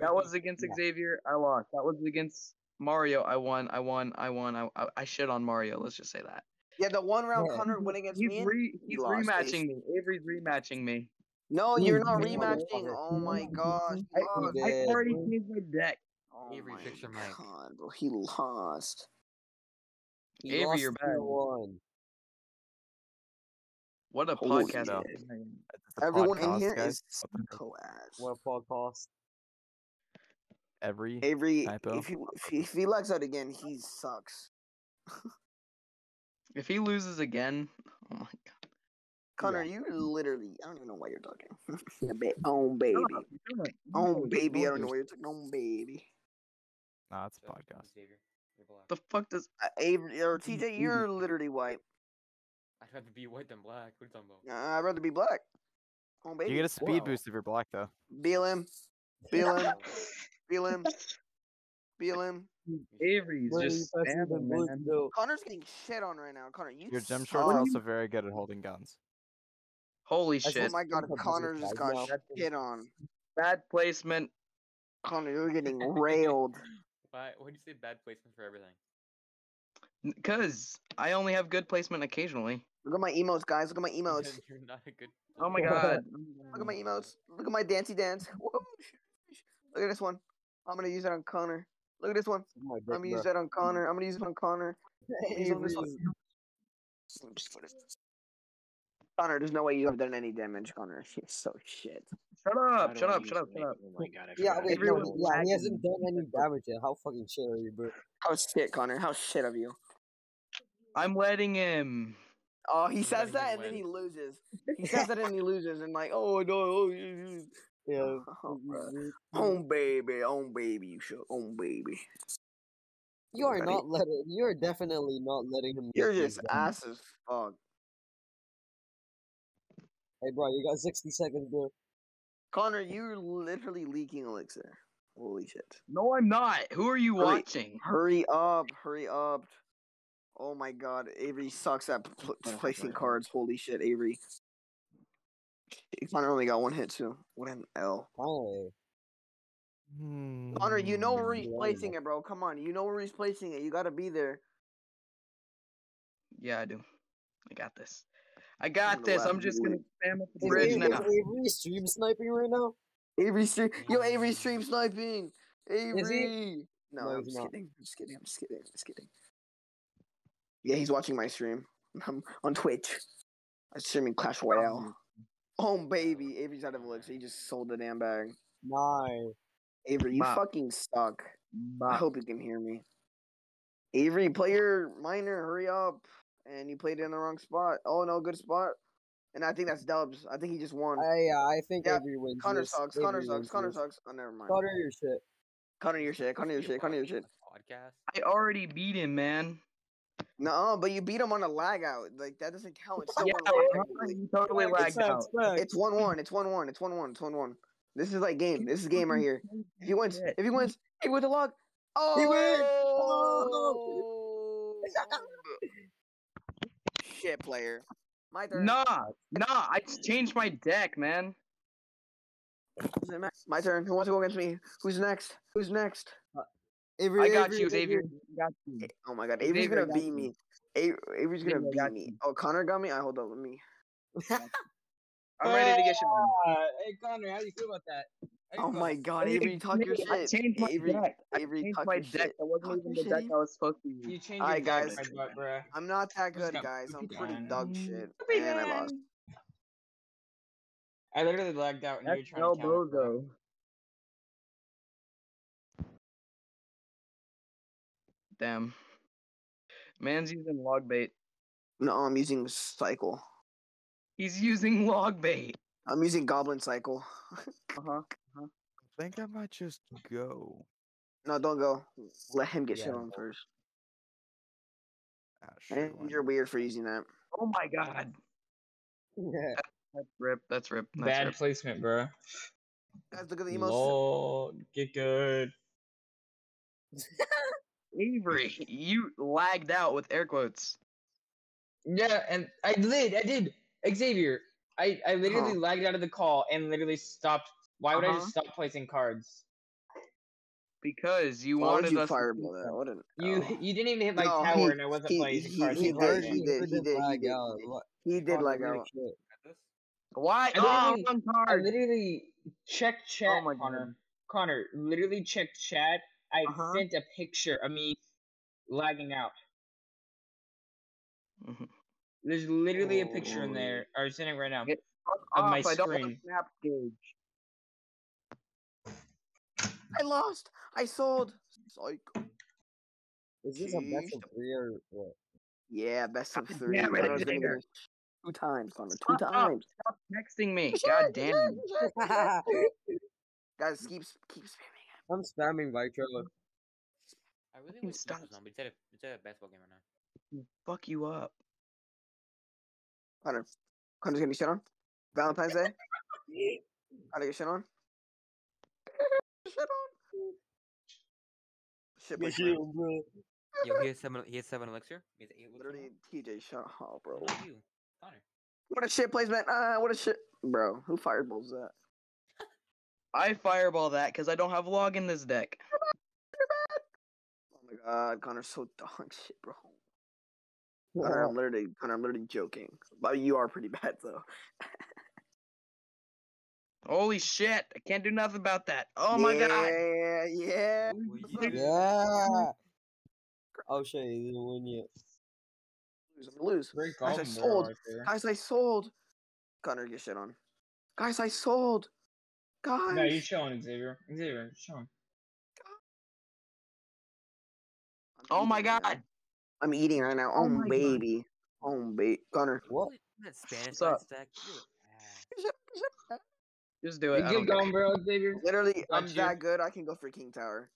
that was against
Yeah.
Xavier. I lost. That was against Mario. I won. I won. I won. I I, I shit on Mario. Let's just say that.
Yeah, the one round
Yeah.
Connor went against
He's
me. and-
re
he
he's
lost, Ace.
rematching me. Avery's rematching me.
No, you're not
you
rematching.
motherfucker.
Oh my gosh, he
I,
lost.
I
did.
already changed my deck.
Oh
Avery,
my
fix your mic.
god, bro, he lost.
He
Avery,
lost
you're
two to
bad.
one.
What a
Holy
podcast.
no.
shit.
It's a
Everyone in
podcast,
here
guys.
is
What the heck?
so ass.
What a podcast.
Every
Avery,
typo.
if he, if he if he likes out again, he sucks.
If he loses again, oh my god.
Connor, you literally, I don't even know why you're talking. Yeah, ba- oh baby,
Shut up, shut up.
oh
No,
baby, I
don't
don't know
do-
why you're talking. Oh baby,
Nah, it's
So,
a podcast.
Xavier, you're blocked.
The fuck does
uh, Avery or TJ, you're literally white.
I'd rather be white than black. What are you talking about?
Uh, I'd rather be black. On
You
baby.
get a speed
Wow.
boost if you're black though.
BLM. BLM.
Wow.
BLM. BLM.
Avery's just spamming, man.
Connor's getting shit on right now. Connor, you
Your gym
suck.
short's also very good at holding guns.
Holy
Oh
shit.
my god, Connor just got shit on.
Bad placement.
Connor, you're getting railed.
Why? Why do you say bad placement for everything?
Cause I only have good placement occasionally.
Look at my emotes, guys. Look at my emotes.
Because You're not a good.
Oh my god.
Look at my emotes. Look at my dancey dance. Whoa. Look at this one. I'm gonna use that on Connor. Look at this one. I'm gonna use that on Connor. I'm gonna use it on Connor. I'm gonna use it on this one. I'm just gonna- Connor, there's no way you have done any damage, Connor. You're so shit.
Shut
How
up,
do
shut
I
up,
use
shut up,
my-
shut up.
Oh my god, I
Yeah,
forgot.
wait, no,
Everyone's
he- yeah,
lagging.
he hasn't done any damage yet. How fucking shit are you, bro?
How shit, Connor. How shit of you.
I'm letting him.
Oh, he
I'm
says
letting
that
him
and then he
win.
loses. He says that and he loses and like, oh no, oh, yeah,
Yeah.
yeah. oh, bruh.
Mm-hmm.
Home baby, home baby, you should home baby.
You are
Ready?
not letting. You are definitely not letting him.
You're
get these
just
done.
ass as fuck.
Hey, bro, you got sixty seconds, bro.
Connor, you're literally leaking elixir. Holy shit.
No, I'm not. Who are you
Hurry.
watching?
Hurry up, hurry up. Oh my god, Avery sucks at pl-
Connor,
placing
hurry up.
cards. Holy shit, Avery. Connor only got one hit too. What an L.
Finally.
Connor, you know
Hmm.
where
Mm.
he's placing it, bro. Come on, you know where he's placing it. You gotta be there.
Yeah, I do. I got this. I
I'm
got
gonna
this.
laugh
I'm
at
just
you,
gonna
Luke.
spam up the
Is,
bridge
Avery-
now.
is Avery stream sniping right now?
Avery stream, yo, Avery stream sniping. Avery. No,
No,
I'm
he's
just
not.
kidding. I'm just kidding. I'm just kidding. I'm just kidding. Yeah, he's watching my stream. I'm on Twitch. I'm streaming Clash Royale. Oh baby, Avery's out of elixir. He just sold the damn bag.
No.
Avery, you
Bop.
fucking suck. I
Bop.
hope you can hear me. Avery, play your minor. Hurry up. And you played it in the wrong spot. Oh no, good spot. And I think that's Dubs. I think he just won.
I uh, I think
Yeah,
Avery wins.
Connor
this.
sucks. Connor
Avery
sucks.
wins
Connor
this.
sucks. Oh, never mind.
Connor, your shit.
Connor, your shit. Connor, your
You're
shit. Connor, your shit.
on a Podcast.
I already beat him, man.
No, but you beat him on a lag out. Like that doesn't count. It's still
yeah,
one
well,
one technically.
you totally lagged out.
It's one one. It's one one. It's one one. It's one one. This is like game. This is game right here. If he wins, if he wins, he wins a log. Oh,
He wins!
shit, player. My turn.
Nah, nah. I just changed my deck, man.
Is it Max? My turn. Who wants to go against me? Who's next? Who's next?
Avery,
Uh, I got
Avery,
you, Xavier. I got you.
Oh my God,
It's
Avery's
Avery, I
gonna
got
beat
you.
me. A- Avery's gonna
Avery, I
beat
got
me.
you.
Oh, Connor got me. I hold on, let me.
I'm ready to get shit on.
Uh, hey Connor, how do you feel about that? How you
Oh
feel
my
about
God, Avery, talk your
I
shit.
changed my
Avery,
deck. I
Avery,
changed
talk
my
your
deck.
shit.
That wasn't
Talk
even
your
the deck
shit,
I was supposed to
that?
use.
You changed
All
your
right,
deck,
guys.
my butt, bruh.
I'm not that
Just
good,
got
guys. I'm
poopy
pretty
done.
dog shit,
Poopy
and I lost.
done. I literally lagged out and
That's
you were trying
no
to counter. bruh.
bozo. Damn. Man's using log bait.
No, I'm using cycle.
He's using log bait.
I'm using goblin cycle.
Uh huh.
I think I might just go.
No, don't go. Let him get shit
Yeah,
on first.
Ah, sure,
And
why
you're
not?
weird for using that.
Oh my god. That's rip. That's rip. That's
Bad
rip.
placement, bruh.
Guys, look at the emotes.
Lol, get good.
Avery, you lagged out with air quotes.
Yeah, and I did, I did. Xavier, I, I literally
Huh.
lagged out of the call and literally stopped. Why would I
Uh-huh.
just stop placing cards?
Because you
Why
wanted
would you
us to
fireball
do
that?
something.
What an oh.
You
L.
you didn't even hit my
No,
tower
he-
and I wasn't
he-
placing
he-
cards.
he
You
did,
lagged
he
in.
did, he did, he
lag
did,
out.
he
Lo-
He did
fucking
lag
weird
out.
shit.
At this.
Why?
I
Oh,
literally-
wrong
I
card.
literally checked chat,
Oh my
Connor.
god.
Connor, literally checked chat. I
Uh-huh.
sent a picture of me lagging out.
Mhm.
There's literally a picture in
Oh.
there. I sent it right now.
Get fuck
Of my
off. I don't want a
screen.
snap gauge.
I lost. I sold. Psych.
Is this a best of three or what?
Yeah, best of three.
damn it,
Connor's gonna get
Xavier.
us two times, Connor. Two
Shut up.
times.
Stop texting me. God damn you.
Guys,
Mm.
keep keep spamming.
I'm spamming Vitro.
I really
Fucking
wish Max
stop.
was on, but he's at a, he's at a basketball game right now.
Fuck you up.
Connor. Connor's gonna get shit on. Valentine's Day. Connor get shit on. shit on. Shit, my friend.
bro.
Yo, he has seven. He has seven elixir. Is it- what's going
Literally,
on?
TJ, shut up, bro.
What about you, Connor?
What a shit placement. Uh, what a shit, bro. Who Oh fireballs that?
I fireball that because I don't have log in this deck.
Oh my god, Connor's so dog shit, bro. Connor, I'm literally, Connor, I'm literally joking. But you are pretty bad though.
Holy shit! I can't do nothing about that. Oh my god!
Yeah, yeah.
Well, you-
Lose,
Yeah. Oh shit, he didn't win yet.
I'm gonna lose.
Great
I
golf
said
ball
sold.
right there.
Guys, I sold. Connor, get shit on. Guys, I sold. Guys.
No, you're chilling, Xavier. Xavier, chilling.
I'm
Oh my
eating right now.
god!
I'm eating right now.
Oh
Oh,
my God.
baby. Oh, baby. Connor.
What?
Look at That Spanish
What's up?
rice stack. You're ass.
Just do it. I
Get
don't care.
going, bro, Xavier.
Literally,
Got
I'm
you.
that good. I can go for King Tower.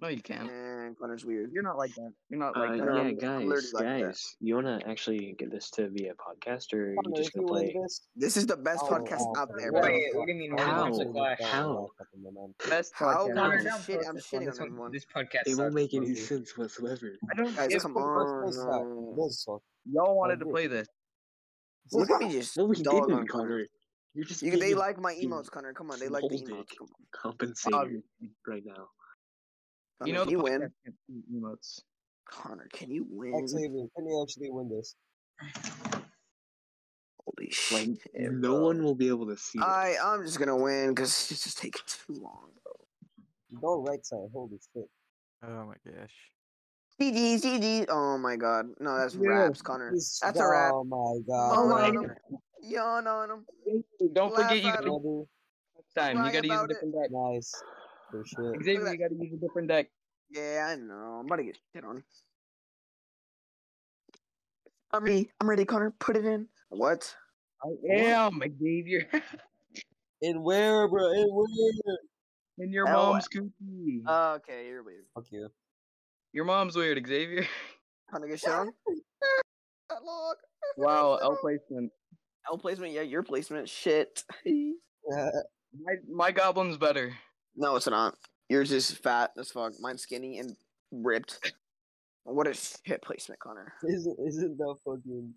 No, you can't.
And Connor's weird.
You're not like that. You're not
Uh,
like that.
I'm-
yeah,
I'm literally
guys,
like that.
guys, you wanna actually get this to be a podcast, or you
Connor,
just
if you
gonna
win
play?
this,
This is the best
Oh,
podcast
oh,
out there,
Wait,
bro.
what do you mean?
How?
We're going to clash.
How?
oh
Best
How?
podcast.
Connor,
Shit,
don't
I'm
focus on
shitting
this
on
one.
everyone.
This podcast
It won't
sucks,
make any
Xavier.
sense whatsoever.
I don't.
Guys,
If
come
It
on.
does suck.
y'all wanted to
agree.
play this,
Look at me just
No, we
dog on
didn't, Connor. You're just
You, they
being a
like my
being
emotes, Connor. Come on, they like the
trolled,
emotes.
Nick.
Come on.
compensator
um,
right now.
Connor,
you know
can
the
you
podcast
win?
can't see emotes.
Connor, can you win?
Xavier, can he actually win this?
Holy
Like
shit.
no
bro.
one will be able to see.
I I'm just gonna win because it's just taking too long.
Go right side. Holy shit.
Oh my gosh.
GG, GG. Oh my god. No, that's
Yeah.
raps, Connor.
This-
That's a wrap.
Oh my god.
Moan
my
on him. Yawn on him.
Don't
Laugh
forget you
at
gotta
him.
Ready?
use time. You
Cry
gotta use a
about it.
different deck.
Nice. For sure.
Xavier,
that.
you gotta use a different deck.
Yeah, I know. I'm about to get shit on. I'm ready. I'm ready, Connor. Put it in. What?
I am Xavier.
And where, bro? And where?
and your
Oh,
mom's kooky.
okay, you're weird.
Fuck you.
your mom's weird, Xavier.
Connor, get shit on. That log.
wow, L placement.
L placement. Yeah, your placement. Shit.
My my goblin's better.
No, it's not. Yours is fat as fuck. Mine's skinny and ripped. What a shit placement, Connor.
isn't, isn't that fucking.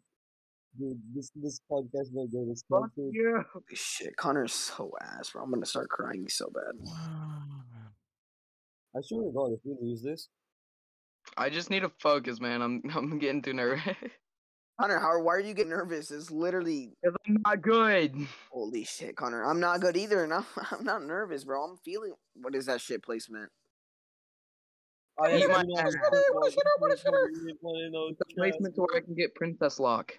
Dude, this, this podcast might go to
Fuck
smoke. dude.
you.
Holy shit, Connor is so ass, bro. I'm gonna start crying so bad.
I swear to God, if we lose this,
I just need to focus, man. I'm I'm getting too nervous.
Connor, how? Why are you getting nervous? It's literally
Cause I'm not good.
holy shit, Connor. I'm not good either, and I'm, I'm not nervous, bro. I'm feeling. What is that shit placement?
I
Eat my ass. The
placement.
placement to where I can get Princess Lock.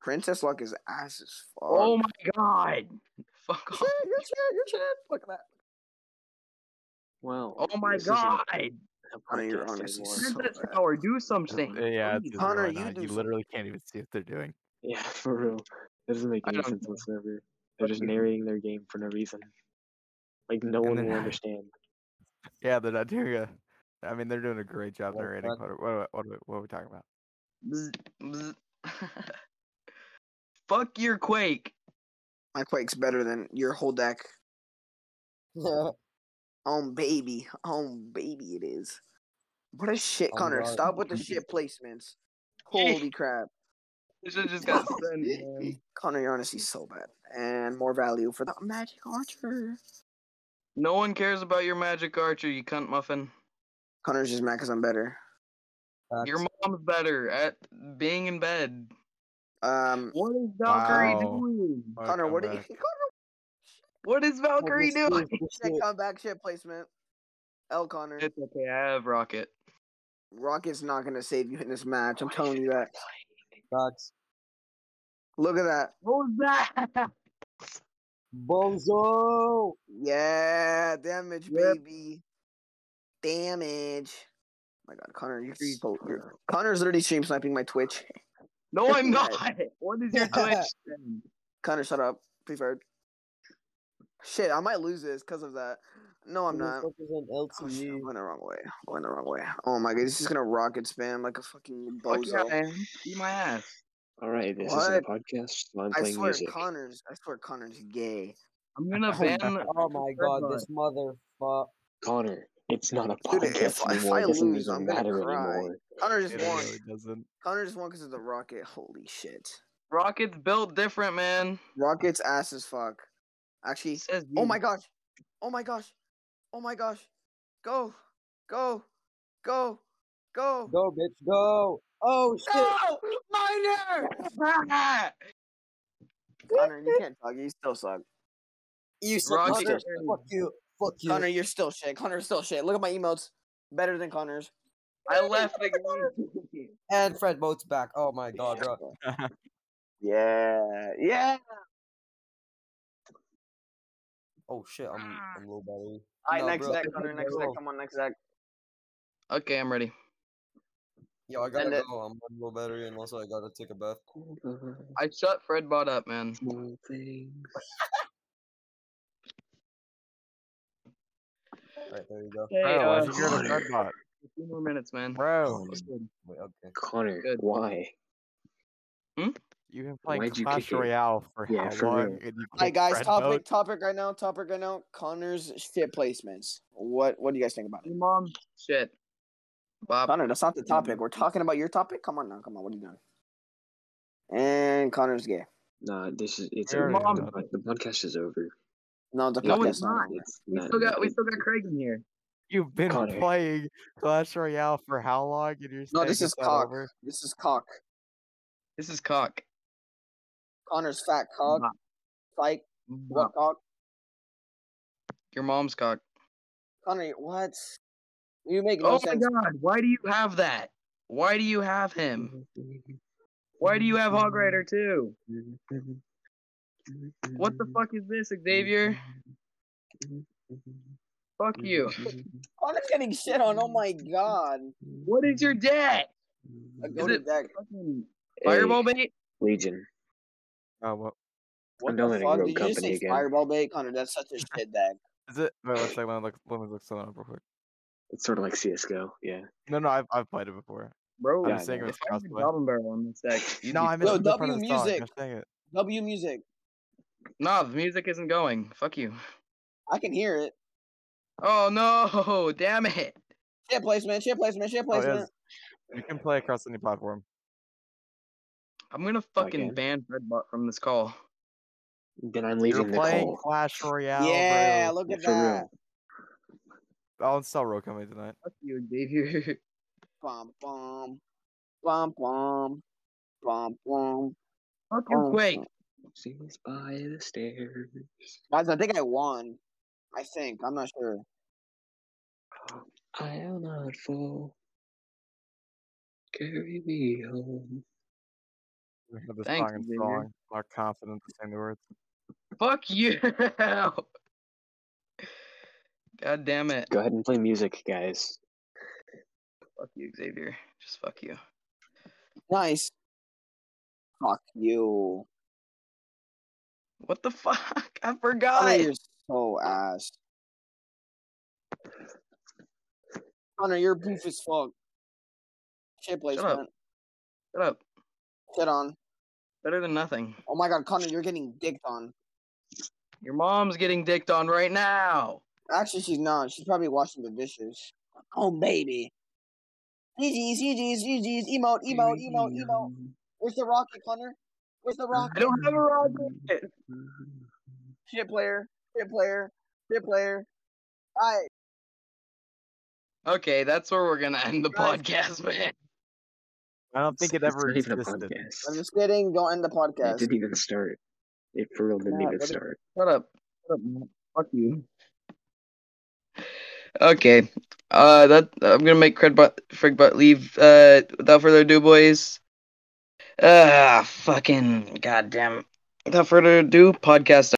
Princess Luck is ass as fuck.
Oh my god. Fuck
Shit,
off.
your shit, your shit. Look at that.
Wow.
Oh my
this isn't
god.
a
Connor, you're
podcast
honestly
anymore.
so
Princess
bad.
Tower, do something.
Yeah,
you-
it's
Connor,
really
you
not-
do
you
some-
literally can't even see what they're doing.
Yeah, for real. That doesn't make
I
any
don't
sense
know.
whatsoever. They're
Fuck
just
you.
narrating their game for no reason. Like no
And
one
then-
will understand.
Yeah, they're not doing a. I mean, they're doing a great job
Well,
narrating.
fuck.
What, are- what, are- what, are we- what are we talking about?
Bzz, bzz. Fuck your Quake.
My Quake's better than your whole deck. Oh baby, oh baby, it is. What a shit,
Oh,
Connor.
God.
Stop with the shit placements. Holy crap.
This shit just got sent, man.
Connor, you're honestly so bad. And more value for the magic archer.
No one cares about your magic archer, you cunt muffin.
Connor's just mad because I'm better.
Your mom's better at being in bed.
Um,
What is Valkyrie
Wow.
doing?
Wanna
Connor,
come
what did
back?
you
What is Valkyrie doing?
Shit, comeback shit placement? L Connor,
It's okay, I have Rocket.
Rocket's not gonna save you in this match. I'm telling you that.
Facts.
Look at that.
What was that?
Bozo!
Yeah, damage,
Yep.
baby. Damage. Oh my God, Connor, you're
Jeez,
so. you Connor's literally stream sniping my Twitch.
No, I'm
Right.
not. What is your Twitch? thing?
Connor, shut up. Preferred. Shit, I might lose this because of that. No, I'm not.
Motherfuckers on
Oh, shit,
LTE.
I'm going the wrong way. I'm going the wrong way. Oh my god, this is gonna rocket spam like a fucking
Fuck
bozo.
yeah, man. Eat my ass.
All right, this is a
What?
podcast. So I'm
I
playing
swear,
music.
Connor's. I swear, Connor's gay.
I'm gonna
Oh,
ban.
Oh my god, this motherfucker.
Connor, it's not a
Dude, if-
podcast
if
anymore.
I
it doesn't
lose,
even
I'm gonna
matter
cry.
anymore.
Connor just
It
won.
really doesn't.
Connor just won because of the rocket. Holy shit.
Rocket's built different, man.
Rocket's ass as fuck. Actually,
It says
oh
you-
my gosh. Oh my gosh. Oh my gosh. Go. Go. Go. Go.
Go, bitch, go. Oh shit.
No, minor.
Connor, you can't talk. You still suck.
You suck my
Rocket-
dick. Fuck you. Fuck you.
Connor, you're still shit. Connor's still shit. Look at my emotes. Better than Connor's.
I left the game.
And Fred Moat's back. Oh my god, bro.
Yeah. Yeah.
Oh shit, I'm I'm low battery.
Ah. All right,
No,
next
bro,
Zach,
I
Connor,
gotta
next Zach.
go.
Come on, next Zach.
Okay, I'm ready.
Yo, I gotta
End it.
go. I'm on low battery, and also I gotta take a bath.
I shut Fred bot up, man.
Small things.
All right, there you go.
Hey,
Bro,
uh,
why'd you go to
Connor.
Fredbot?
a few more minutes, man.
Bro,
Wait, okay.
Connor,
Good.
why?
you've been playing
Why'd you
Clash
kick it?
Royale for
Yeah,
how
for
long?
real.
and you
All right,
kicked
guys.
Fred
Topic,
Moat?
topic right now. Topic right now. Connor's shit placements. What, what do you guys think about it?
Your mom. Shit. Bob.
Connor, that's
Mm-hmm.
not the topic. We're talking about your topic. Come on now. Come on. What are you doing? And Connor's gay.
Nah, this is it's
We
over.
already
The,
done.
pod- the podcast is over.
No, the
No,
podcast
it's
is not.
not.
over.
It's
We
not-
still got we
it-
still got Craig in here.
You've been
Connor.
playing Clash Royale for how long? And you're
No,
saying
this
it's
is
not
cock.
over?
This is cock.
This is cock.
Connor's fat cock.
Bop,
Like
bop.
what cock?
Your mom's cock.
Connor, what? You make no
Oh my
sense.
god, why do you have that? Why do you have him? Why do you have Hog Rider too? What the fuck is this, Xavier? Fuck you.
Connor's getting shit on. Oh my god.
What is your debt?
Uh, go
Is
to
it-
deck.
Fucking
Hey,
fireball bait?
Legion.
Oh, well,
What
I'm
the
dominating
fuck?
Rogue
Did you just
Company
say
again.
fireball bait, Connor? That's such a shit deck.
is it? Wait, one second. Let me look, let me look something up real quick.
It's sort of like CS:GO. Yeah.
No, no, I've, I've played it before.
Bro,
I'm
Yeah,
just saying it
no.
was
if I had a
crossplay.
goblin barrel on this deck, you'd
No,
be-
I meant
Yo,
to go for
W
the song.
Music.
Gosh dang it.
W music.
Nah, the music isn't going. Fuck you.
I can hear it.
Oh no, damn it.
Shit placement. Shit placement. Shit
Oh, it
placement.
is. You can play across any platform.
I'm gonna fucking
Again?
ban Redbot from this call.
Then I'm
You're
leaving the
playing
call.
Clash Royale,
yeah.
bro.
Look at
For
that.
real.
I'll install Rogue Company tonight.
Fuck you, Xavier.
Bum bum. Bum bum. Bum bum.
Fuck you,
Oh.
Quake.
Seems by the stairs.
Guys, I think I won. I think. I'm not sure.
I'll not fall. Carry me home.
We have this
Thanks,
song and
Xavier.
song. I'm not confident to sing the words.
Fuck you. God damn it.
Go ahead and play music, guys.
Fuck you, Xavier. Just fuck you.
Nice. Fuck you.
What the fuck? I
Connor,
forgot.
you're so ass. Connor, you're poof as fuck. Shit
up.
placement.
Shut up.
Shit on.
Better than nothing.
Oh my god, Connor, you're getting dicked on.
Your mom's getting dicked on right now.
Actually, she's not. She's probably washing the dishes. Oh, baby. GG's, GG's, GG's. Emote, emote, emote, emote. Where's the rocket, Connor? Where's the rocket?
I don't have a rocket.
Shit player. Shit player. Shit player. Alright,
Okay, that's where we're gonna end the
Guys.
podcast, man.
I don't think it
It's-
ever
it's not even a
existed.
I'm
podcast.
just kidding. Don't end the
It
podcast.
didn't even start. It for real didn't
Matt,
even
what is-
start.
Shut up. Shut up. man. Fuck you. Okay. Uh, that I'm gonna make Credbot Frigbot leave. Uh, without further ado, boys. Ah, fucking goddamn. Without further ado, podcast.